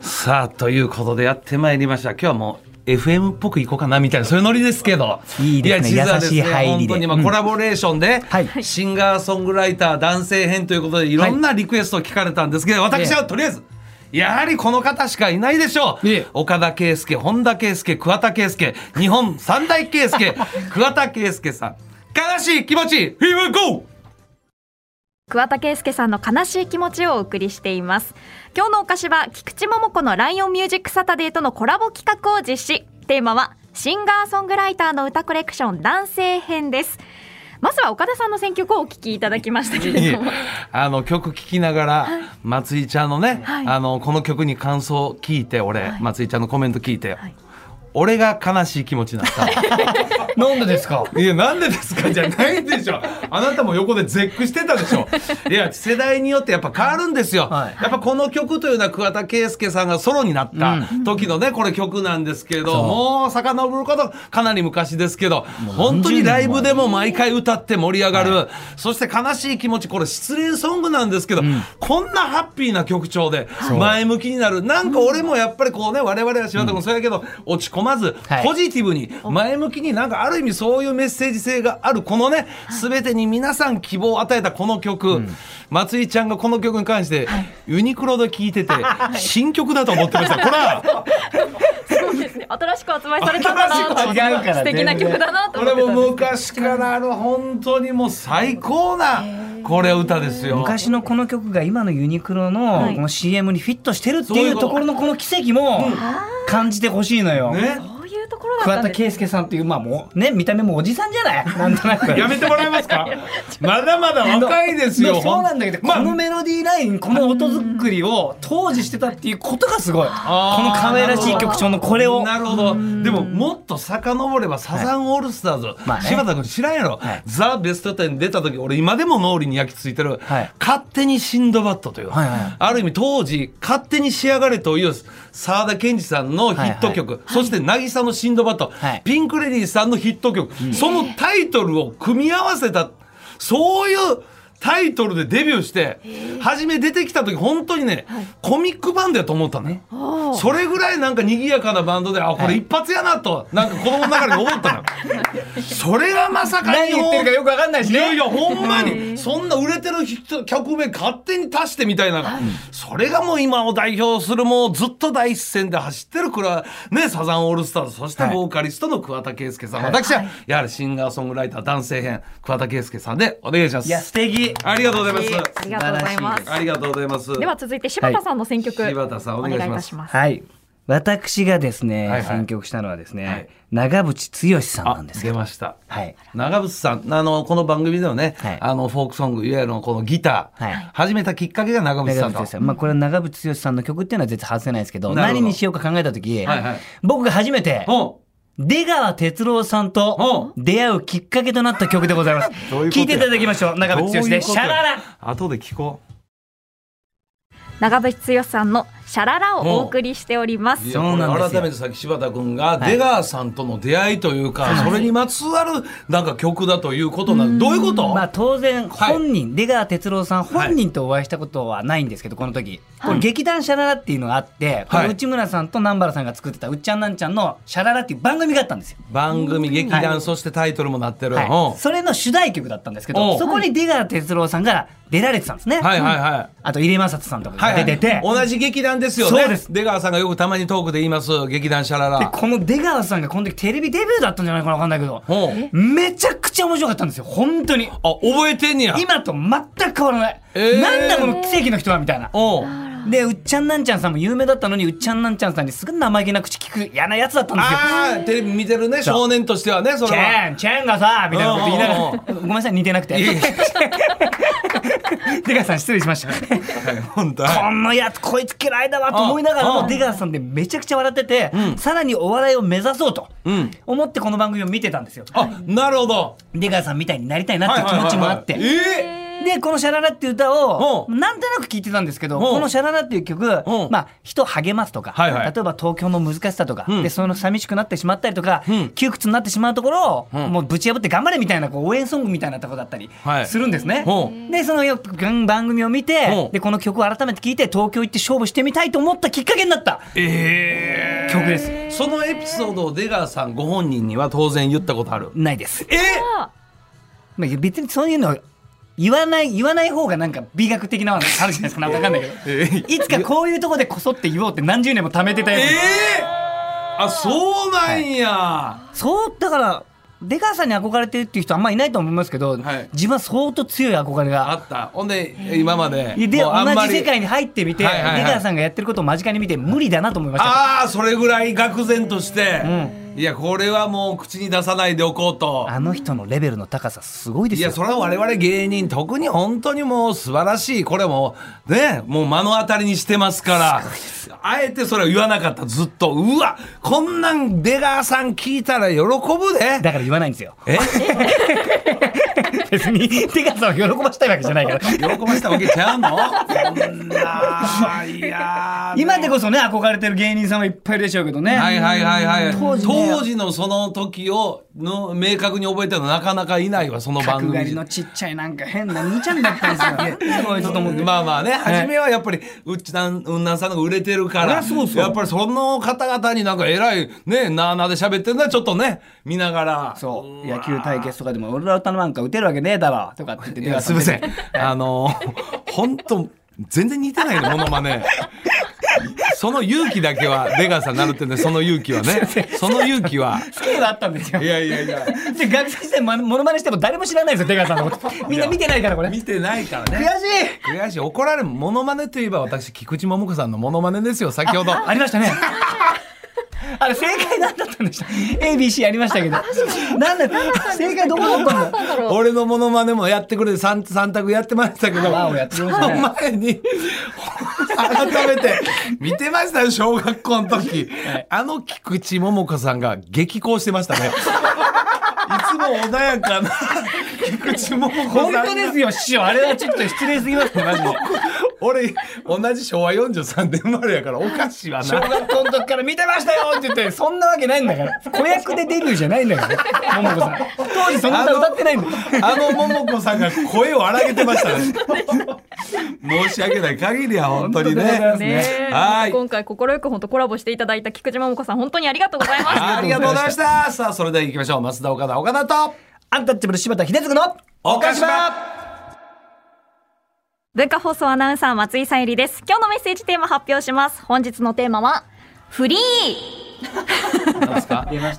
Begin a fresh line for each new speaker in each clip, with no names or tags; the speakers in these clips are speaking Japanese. さあということでやってまいりました今日はもう FM っぽくいこうかなみたいなそういうノリですけど
いいですね
や実はですね
優しい入り
本
で
当にまあコラボレーションで、
はい
シンガーソングライター男性編ということでいろんなリクエストを聞かれたんですけど、私はとりあえずやはりこの方しかいないでしょう、
ええ
岡田圭佑本田圭佑桑田圭佑日本三大圭佑桑田圭佑さん悲しい気持ち Here we go!
桑田佳祐さんの悲しい気持ちをお送りしています今日のお菓子は菊池桃子のライオンミュージックサタデーとのコラボ企画を実施テーマはシンガーソングライターの歌コレクション男性編ですまずは岡田さんの選曲をお聞きいただきましたけれども
あの曲聴きながら松井ちゃんのね、
はい
あのこの曲に感想を聞いて俺、
はい
松井ちゃんのコメント聞いて、
はい
俺が悲しい気持ちになった
なんでですか
いや、なんでですかじゃないでしょ。あなたも横で絶句してたでしょ。いや、世代によってやっぱ変わるんですよ。
はい
やっぱこの曲というのは桑田佳祐さんがソロになった時のね、これ曲なんですけど、
そう
もう遡ることかなり昔ですけど、本当にライブでも毎回歌って盛り上がる、そして悲しい気持ち、これ失恋ソングなんですけど、こんなハッピーな曲調で
い
前向きになる。なんか俺もやっぱりこうね、我々は柴田君もそうやけど、落ち込まず、ポジ
はい
ポジティブに前向きになんかある意味そういうメッセージ性があるこのね全てに皆さん希望を与えたこの曲、松井ちゃんがこの曲に関してユニクロで聴いてて新曲だと思ってましたこれは
そうですね新しく発売されたんだなと思って
新しく違うから
素敵な曲だな
こ
と思
れ
ってたん
も
です
昔からあの本当にもう最高なこれ歌ですよ。
昔のこの曲が今のユニクロの
い
この CM にフィットしてるって
そうい
いうう
こと
ところのこの奇跡も感じてほしいのよ。
ね
そういうところだった
桑
ん
田
です
佳祐さんっていうまあもうね見た目もおじさんじゃ ないなんとなく。
やめてもらえますかまだまだ若いですよ。
のそうなんだけど、
まあ
このメロディーラインこの音作りを当時してたっていうことがすごいこの可愛らしい曲調のこれを
なるほどでももっと遡ればサザンオールスターズ、
まあね
柴田君知らんやろ、
はい
ザ・ベスト10出た時俺今でも脳裏に焼き付いてる、
はい
勝手にシンドバッドという、
はいはい
ある意味当時「勝手に仕上がれ」という沢田研二さんのヒット曲、そして渚のシンドバッド、
はい
ピンク・レディーさんのヒット曲、そのタイトルを組み合わせたそういうタイトルでデビューして、初め出てきた時本当にね、コミックバンドやと思ったのね。
おー
それぐらいなんか賑やかなバンドで、あ、これ一発やなと、なんか子供の中で思 ったの。それがまさか
何言ってるかよくわかんないし
いやい
ね
や、ほんまに、そんな売れてる人曲名勝手に足してみたいな、それがもう今を代表する、もうずっと第一線で走ってる、これはね、サザンオールスターズ、そして
はい
ボーカリストの桑田佳祐さん。私は、やはりシンガーソングライター男性編、桑田佳祐さんでお願いしま
いや
す
素。敵
ありがとうございま
あ
す。
りがとうございます
ありがとうございます。
では続いて柴田さんの選曲、
はい柴田さんお願いします
たます
はい私がですね、
はいはい
選曲したのはですね、
はい
長渕剛さんな
あ
んで、すけ
出
ど
ました。
はい
長渕さんあのこの番組でもね、
はい
あのフォークソングいわゆるこのギター、
はい
始めたきっかけが長渕さ
長
んと
渕剛さん、まあ、これは長渕剛さんの曲っていうのは絶対外せないですけど
なるほど
何にしようか考えた時、
はいはい
僕が初めて
お
出川哲朗さんと出会うきっかけとなった曲でございます
どういうことや
聞いていただきましょう長渕剛で「シャララ」
後で聞こ
長渕剛さんのシャララをお送りしておりま
う
す
いや
そうなんですよ
これ改めてさっき柴田君が
はい
出川さんとの出会いというか、それにまつわるなんか曲だということなんどういうこと、
まあ当然
はい
本人、出川哲朗さん本人とお会いしたことはないんですけどこの時、これ劇団シャララっていうのがあって、これ
はい
内村さんと南原さんが作ってた「うっちゃんなんちゃん」の「シャララ」っていう番組があったんですよ。
番組劇団、
はい
そしてタイトルもなってる、
は
うん
い、それの主題曲だったんですけ
おう
どそこに出川哲朗さんが出られてたんですね、
はいはいはい、
あと入江雅人さんとか
はいは
が
い
出てて、
同じ劇団ですよね
そうです
出川さんがよくたまにトークで言います劇団シャララ
でこの出川さんがこの時テレビデビューだったんじゃないかな分かんないけど
おう
めちゃくちゃ面白かったんですよ本当に
あ覚えてんねや
今と全く変わらない、
えー
なんだこの奇跡の人はみたいな
おう
でうっちゃんなんちゃんさんも有名だったのにうっちゃんなんちゃんさんにすごい生意気な口聞く嫌なやつだったんですよ
ああテレビ見てるね
そう
少年としてはねそ
チ
れは
ェーンチェーンがさみたいなこと言いなが
うんうん
らごめんなさい似てなくて
いやいや
出川さん失礼しました
本当
このやつこいつ嫌いだわと思いながら
うん
も出川さんでめちゃくちゃ笑ってて、さらにお笑いを目指そうと
うん
思ってこの番組を見てたんですよ
あなるほど
出川さんみたいになりたいなっていう気持ちもあって、
はいはいはいはいえ
でこの「シャララ」っていう歌を
う
なんとなく聞いてたんですけ
う
ど
ん
この「シャララ」っていう曲
ん
まあ人を励ますとか
はいはい
例えば東京の難しさとか
うん
でその寂しくなってしまったりとか
うん
窮屈になってしまうところを
うん
もうぶち破って頑張れみたいなこう応援ソングみたいなとこだったり
はい
するんですね
う。
でそのよ番組を見
う
て
ん
でこの曲を改めて聞いて東京行って勝負してみたいと思ったきっかけになった
ええ
曲です。
そのエピソードを出川さんご本人には当然言ったことある。
ないです。
え
まあ、別にそういうの言わない言わない方がなんか美学的なのあるじゃないですかなんかわかんないけど。
えー
いつかこういうとこでこそって言おうって何十年も貯めてたやつ、
あそうなんや、
そうだから出川さんに憧れてるっていう人あんまいないと思いますけ
は
ど、
い
自分は相当強い憧れ
あ
が。
ったほんで今まで
で
もうあん
同
まり
じ世界に入ってみて、
はいはいはい
出川さんがやってることを間近に見て無理だなと思いました
ああそれぐらい愕然として、いやこれはもう口に出さないでおこうと
あの人のレベルの高さすごいで
い
すよ
やそれは我々芸人特に本当にもう素晴らしいこれもうねもう目の当たりにしてますからあえてそれを言わなかったずっとうわこんなん出川さん聞いたら喜ぶで
だから言わないんですよ
え
別に出川さんを喜ばしたいわけじゃな いから
喜ばしたわけちゃうのそんないやー
今でこそね憧れてる芸人さんはいっぱいいるでしょうけどね、
はいはいはいはい当
当
時,、
時ね
のその時をの明確に覚えてるのなかなかいないわその番
角
組
刈りのちっちゃいなんか変な兄ちゃんだったんですよ。 なんだこいつと思って。
まあまあね初めはやっぱりうっちなんうんなんさんの方が売れてるか
そりゃ
ら
そうそう
やっぱりその方々になんか偉いねなあなあで喋ってるのはちょっとね見ながら
そう野球対決とかでも俺ら歌なんか打てるわけねえだろとかって言って
いやすいません あの本当全然似てないのものまね その勇気だけは出川さんなるってねその勇気は ねその勇気は
スケールあったんですよ
いやいやいや
で学生時代まモノマネしても誰も知らないですよ出川さんのことみんな見てないからこれ悔しい
見てないからね悔しい怒られるモノマネといえば私菊池桃子さんのモノマネですよ先 ほど
ありました ねあれ正解何だったんでした ABC ありましたけどなんだ正解どこだったんだ
俺のモノマネもやってくれて 3, 三択やってましたけど
わおやってくれましたね
その前に改めて見てましたよ小学校の時、あの菊池桃子さんが激高してましたねいつも穏やかな菊池桃子
本
さん
当ですよ師匠あれはちょっと失礼すぎますねマジで
俺同じ昭和43年生まれやからおかしいわ
小
な
学校の時から見てましたよって言ってそんなわけないんだから子役でデビューじゃないんだから桃子さん当時そんな歌歌ってないんだよ
あの桃子さんが声を荒げてましたね申し訳ない限りは本当に
本当でございま
ね
す
ねえ
はい
今回快く本当コラボしていただいた菊池桃子さん本当にありがとうございま した
ありがとうございました。さあ、それでは行きましょう。松田岡田岡田と、
アンタッチャブル柴田秀嗣の
岡島
文化放送アナウンサー松井さゆりです今日のメッセージテーマ発表します本日のテーマはフリー
出まし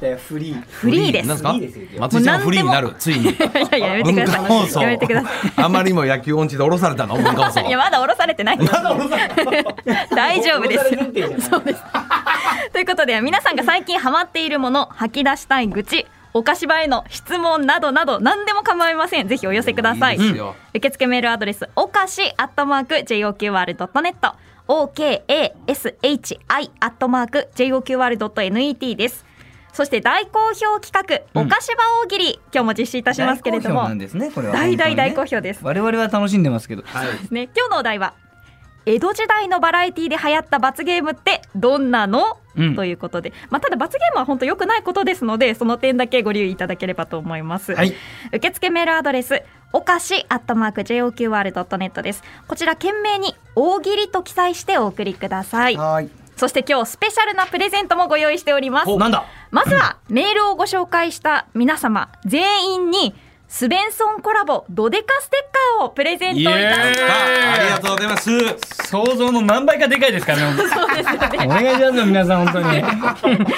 たよフリー
フリーです
なんすか
いいですよ
松井さんフリーになる、ついに。
い やいややめて
文
く
化
ださ
放
い
送
やめてくださ。
あまりにも野球音痴で降ろされたの文化放送
いい。やまだ降ろされてない 大丈夫ですよそうです ということで皆さんが最近ハマっているもの吐き出したい愚痴お菓子場への質問などなど何でも構いませんぜひお寄せください
いいですよ
受付メールアドレスおかしアットマーク JOQR.net OKASHI アットマーク JOQR.net ですそして大好評企画、お菓子場大喜利今日も実施いたしますけれ
大
ど
好
も
評なんですねこれは
大大大好
本当にね
評です
我々は楽しんでますけど
ですね今日のお題は江戸時代のバラエティで流行った罰ゲームってどんなの、
うん
ということで、まあ、ただ罰ゲームは本当良くないことですのでその点だけご留意いただければと思います、
はい
受付メールアドレスおかしアットマーク JOQR.net ですこちら懸命に大喜利と記載してお送りください
はい
そして今日スペシャルなプレゼントもご用意しております
なんだ
まずはメールをご紹介した皆様全員にスベンソンコラボドデカステッカーをプレゼントいたします
イエーイ
あありがとうございます。
想像の何倍かでかいですからね
そうですよね
お願いしますよ皆さん本当にね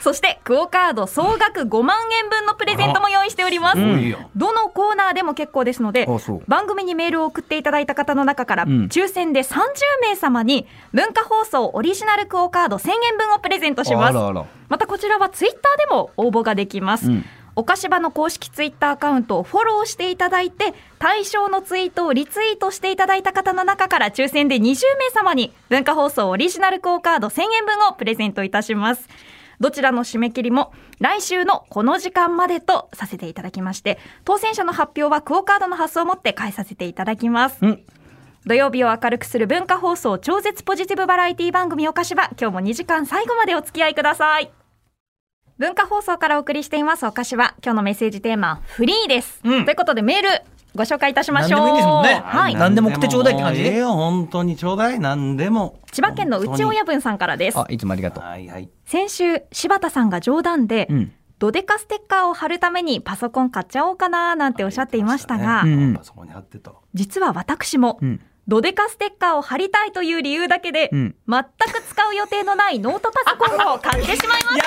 そしてクオカード総額5万円分のプレゼントも用意しております。
ごいよ
どのコーナーでも結構ですので
あそう、
番組にメールを送っていただいた方の中から、
ん
抽選で30名様に文化放送オリジナルクオカード1000円分をプレゼントします。
あら
またこちらはツイッターでも応募ができます。
うん
おかしばの公式ツイッターアカウントをフォローしていただいて対象のツイートをリツイートしていただいた方の中から抽選で20名様に文化放送オリジナルクオカード1000円分をプレゼントいたしますどちらの締め切りも来週のこの時間までとさせていただきまして、当選者の発表はクオカードの発送をもって返させていただきます。
うん
土曜日を明るくする文化放送超絶ポジティブバラエティ番組おかしば今日も2時間最後までお付き合いください文化放送からお送りしていますおかしば今日のメッセージテーマはフリーです、
うん
ということでメールご紹介いたしましょう
何でもいいですもんね
はい、
何でも送ってちょうだいって感じ
もうええよ本当にちょうだい何でも
千葉県の内親分さんからです
あいつもありがとう
はいはい
先週柴田さんが冗談で、
うん
ドデカステッカーを貼るためにパソコン買っちゃおうかななんておっしゃっていましたが、
うんうん
パソコンに貼ってた
実は私も、
うん
ドデカステッカーを貼りたいという理由だけで、
うん
全く使う予定のないノートパソコンを買ってしまいまし
やべ先こ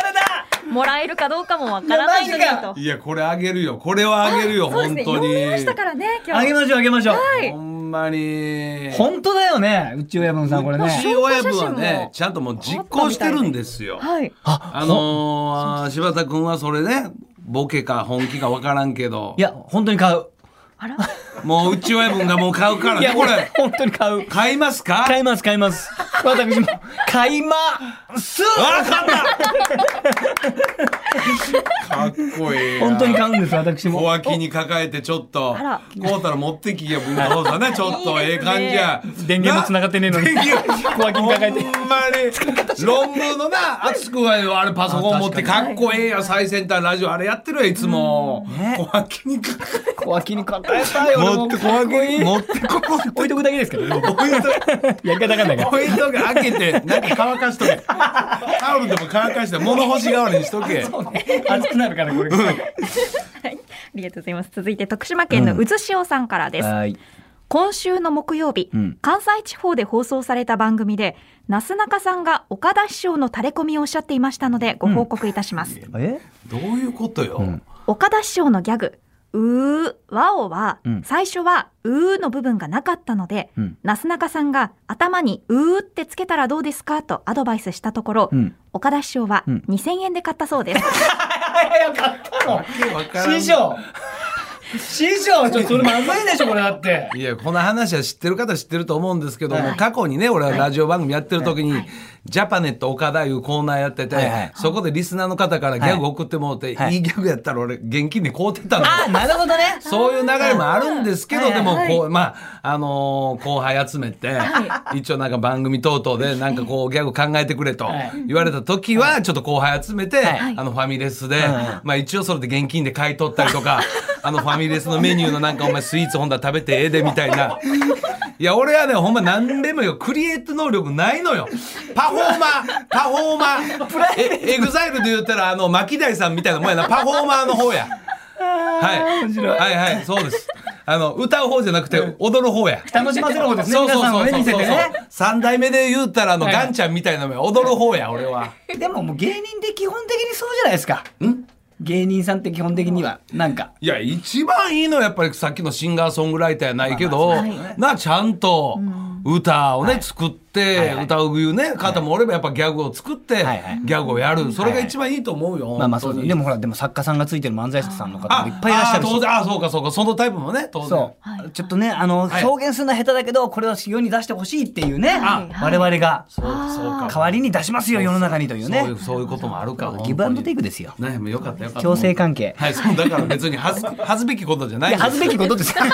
なれだ
た。もらえるかどうかもわからないのに
いやマジか
と。
いやこれあげるよこれはあげるよ
そうで
本
すね。
当
読
に
みましたからね、今
あげ
日。
ましょうあげましょう
はい
ほんまに
本当だよねうち親分さんこれ
う
ね
ち親分は
証拠写真も
ねちゃんともう実行してるんですよ
はい。
あ
あのー、柴田君はそれねボケか本気か分からんけど
いや本当に買う
あら、
もううち親分がもう買うから
い
ね
や
こ
こ
れ
れ本当に買う
買いますか
買います買います私も買います
わかったかっこいいな
本当に買うんです私
小
も
脇に抱えてちょっと
あら
こうたら持ってきや文化放送 ねちょっとええ感じや
電源も繋がってねえのに
電源
小脇に抱えて
ほんまに論文のな熱くはあれパソコン持って
あ
か
確
っこええやん最先端ラジオあれやってるやんいつも小脇に抱
小脇に抱えたい俺もかっこいい
持ってここ
置いとくだけですけどや
ポイント
り方がないから
ポイントが開けてなんか乾かしとけタオルでも乾かして物干し代わりにしと け
熱くなるからこれ
ありがとうございます。続いて徳島県のうずしおさんからです。
はい
今週の木曜日、
うん
関西地方で放送された番組で、なすなかさんが岡田師匠のタレコミをおっしゃっていましたので、ご報告いたします。
え
どういうことよ、
ん
岡田師匠のギャグ「うー」「わお」は、
うん
最初は「うー」の部分がなかったので、
うん
なすなかさんが頭に「うー」ってつけたらどうですかとアドバイスしたところ、
うん
岡田師匠は
うん
2000円で買ったそうです。
早かったの
わからん
師匠師匠ちょっとそれまずいでしょこれだって
いやこの話は知ってる方は知ってると思うんですけども、
はい
過去にね俺はラジオ番組やってる時に「ジャパネット岡田」いうコーナーやってて、
はいはい
そこでリスナーの方からギャグ送ってもらって、、
はいい
いギャグやったら俺現金で買うてたの。
なるほどね
そういう流れもあるんですけど、
はい
でも、
はい
こう、まあ、あのー後輩集めて、一応なんか番組等々で、なんかこう、ギャグ考えてくれと
はい
言われた時は、ちょっと後輩集めて、
はい
あの、ファミレスで、
は
まあ、一応それで現金で買い取ったりとか、あの、ファミレスのメニューのなんか、お前スイーツほんだら食べてええで、みたいな。いや、俺はね、ほんま何でもよ、クリエイト能力ないのよ。パフォーマー、パフォーマー。え、エグザイルで言ったら、あの、巻貝さんみたいなもんやな、パフォーマーの方や。はい。
面白い
はいはい、そうです。あの、歌う方じゃなくて、踊る方や。
楽しませる方ですね皆さんをね見せてね
三代目で言うたら、あの、
はい
ガンちゃんみたいなのよ踊る方や、俺は。
でももう芸人って基本的にそうじゃないですか芸人さんって基本的にはなんか
いや、一番いいのはやっぱりさっきのシンガーソングライターやないけど、な、ちゃんと歌をね、作って、歌ういうね、方もおればやっぱギャグを作って、
はいはい
ギャグをやる。それが
はいはい
一番いいと思うよ。
まあまあそう
本当に
ですでもほらでも作家さんがついてる漫才師さんの方
あ、
もいっぱいいらっしゃる
あ当
し
然、あ、そうかそうか、そのタイプもね、当然。
そう、ちょっとねあの、
はい
表現するのは下手だけどこれを世に出してほしいっていうね、我々が
そうかそうか。
代わりに出しますよ世の中にというね
そういう、そういうこともあるから。
ギブアンドテイクですよ
ね、もうよかったよかった。
共生関係
はい、そうだから別に 恥ず恥ずべきことじゃない
い
です。
や恥ずべきこ とですよね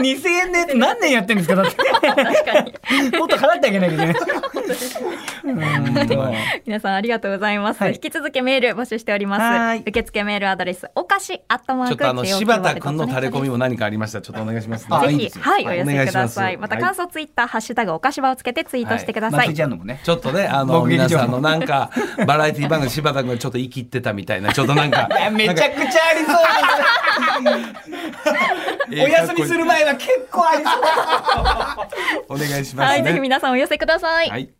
2000円で何年やってるんですかだってもっと払ってあげなきゃいけないうんと
皆さんありがとうございます。
はい
引き続きメール募集しており
は
ま
い
す。受付メールアドレスおかしアットマー
ちょっ
ク
とあの柴田君の垂れ込みも何かありましたらちょっとお願いします、
あ
ぜ
いい
ひ
ですよ
はいお寄
お願
せ
い
く
しま
だ
す
さい。また感想ツイッターハッシュタグおかしばをつけてツイートしてくださ
松
い
井ち。ゃんのもね
ちょっとねあの
目撃情報
皆さんのなん かバラエティ番組柴田君がちょっと生きってたみたいなちょっとなんか
いやめちゃくちゃありそうですお休みする前は結構ありそ
お
う
願いしますね
はいぜひ皆さんお寄せください
は。い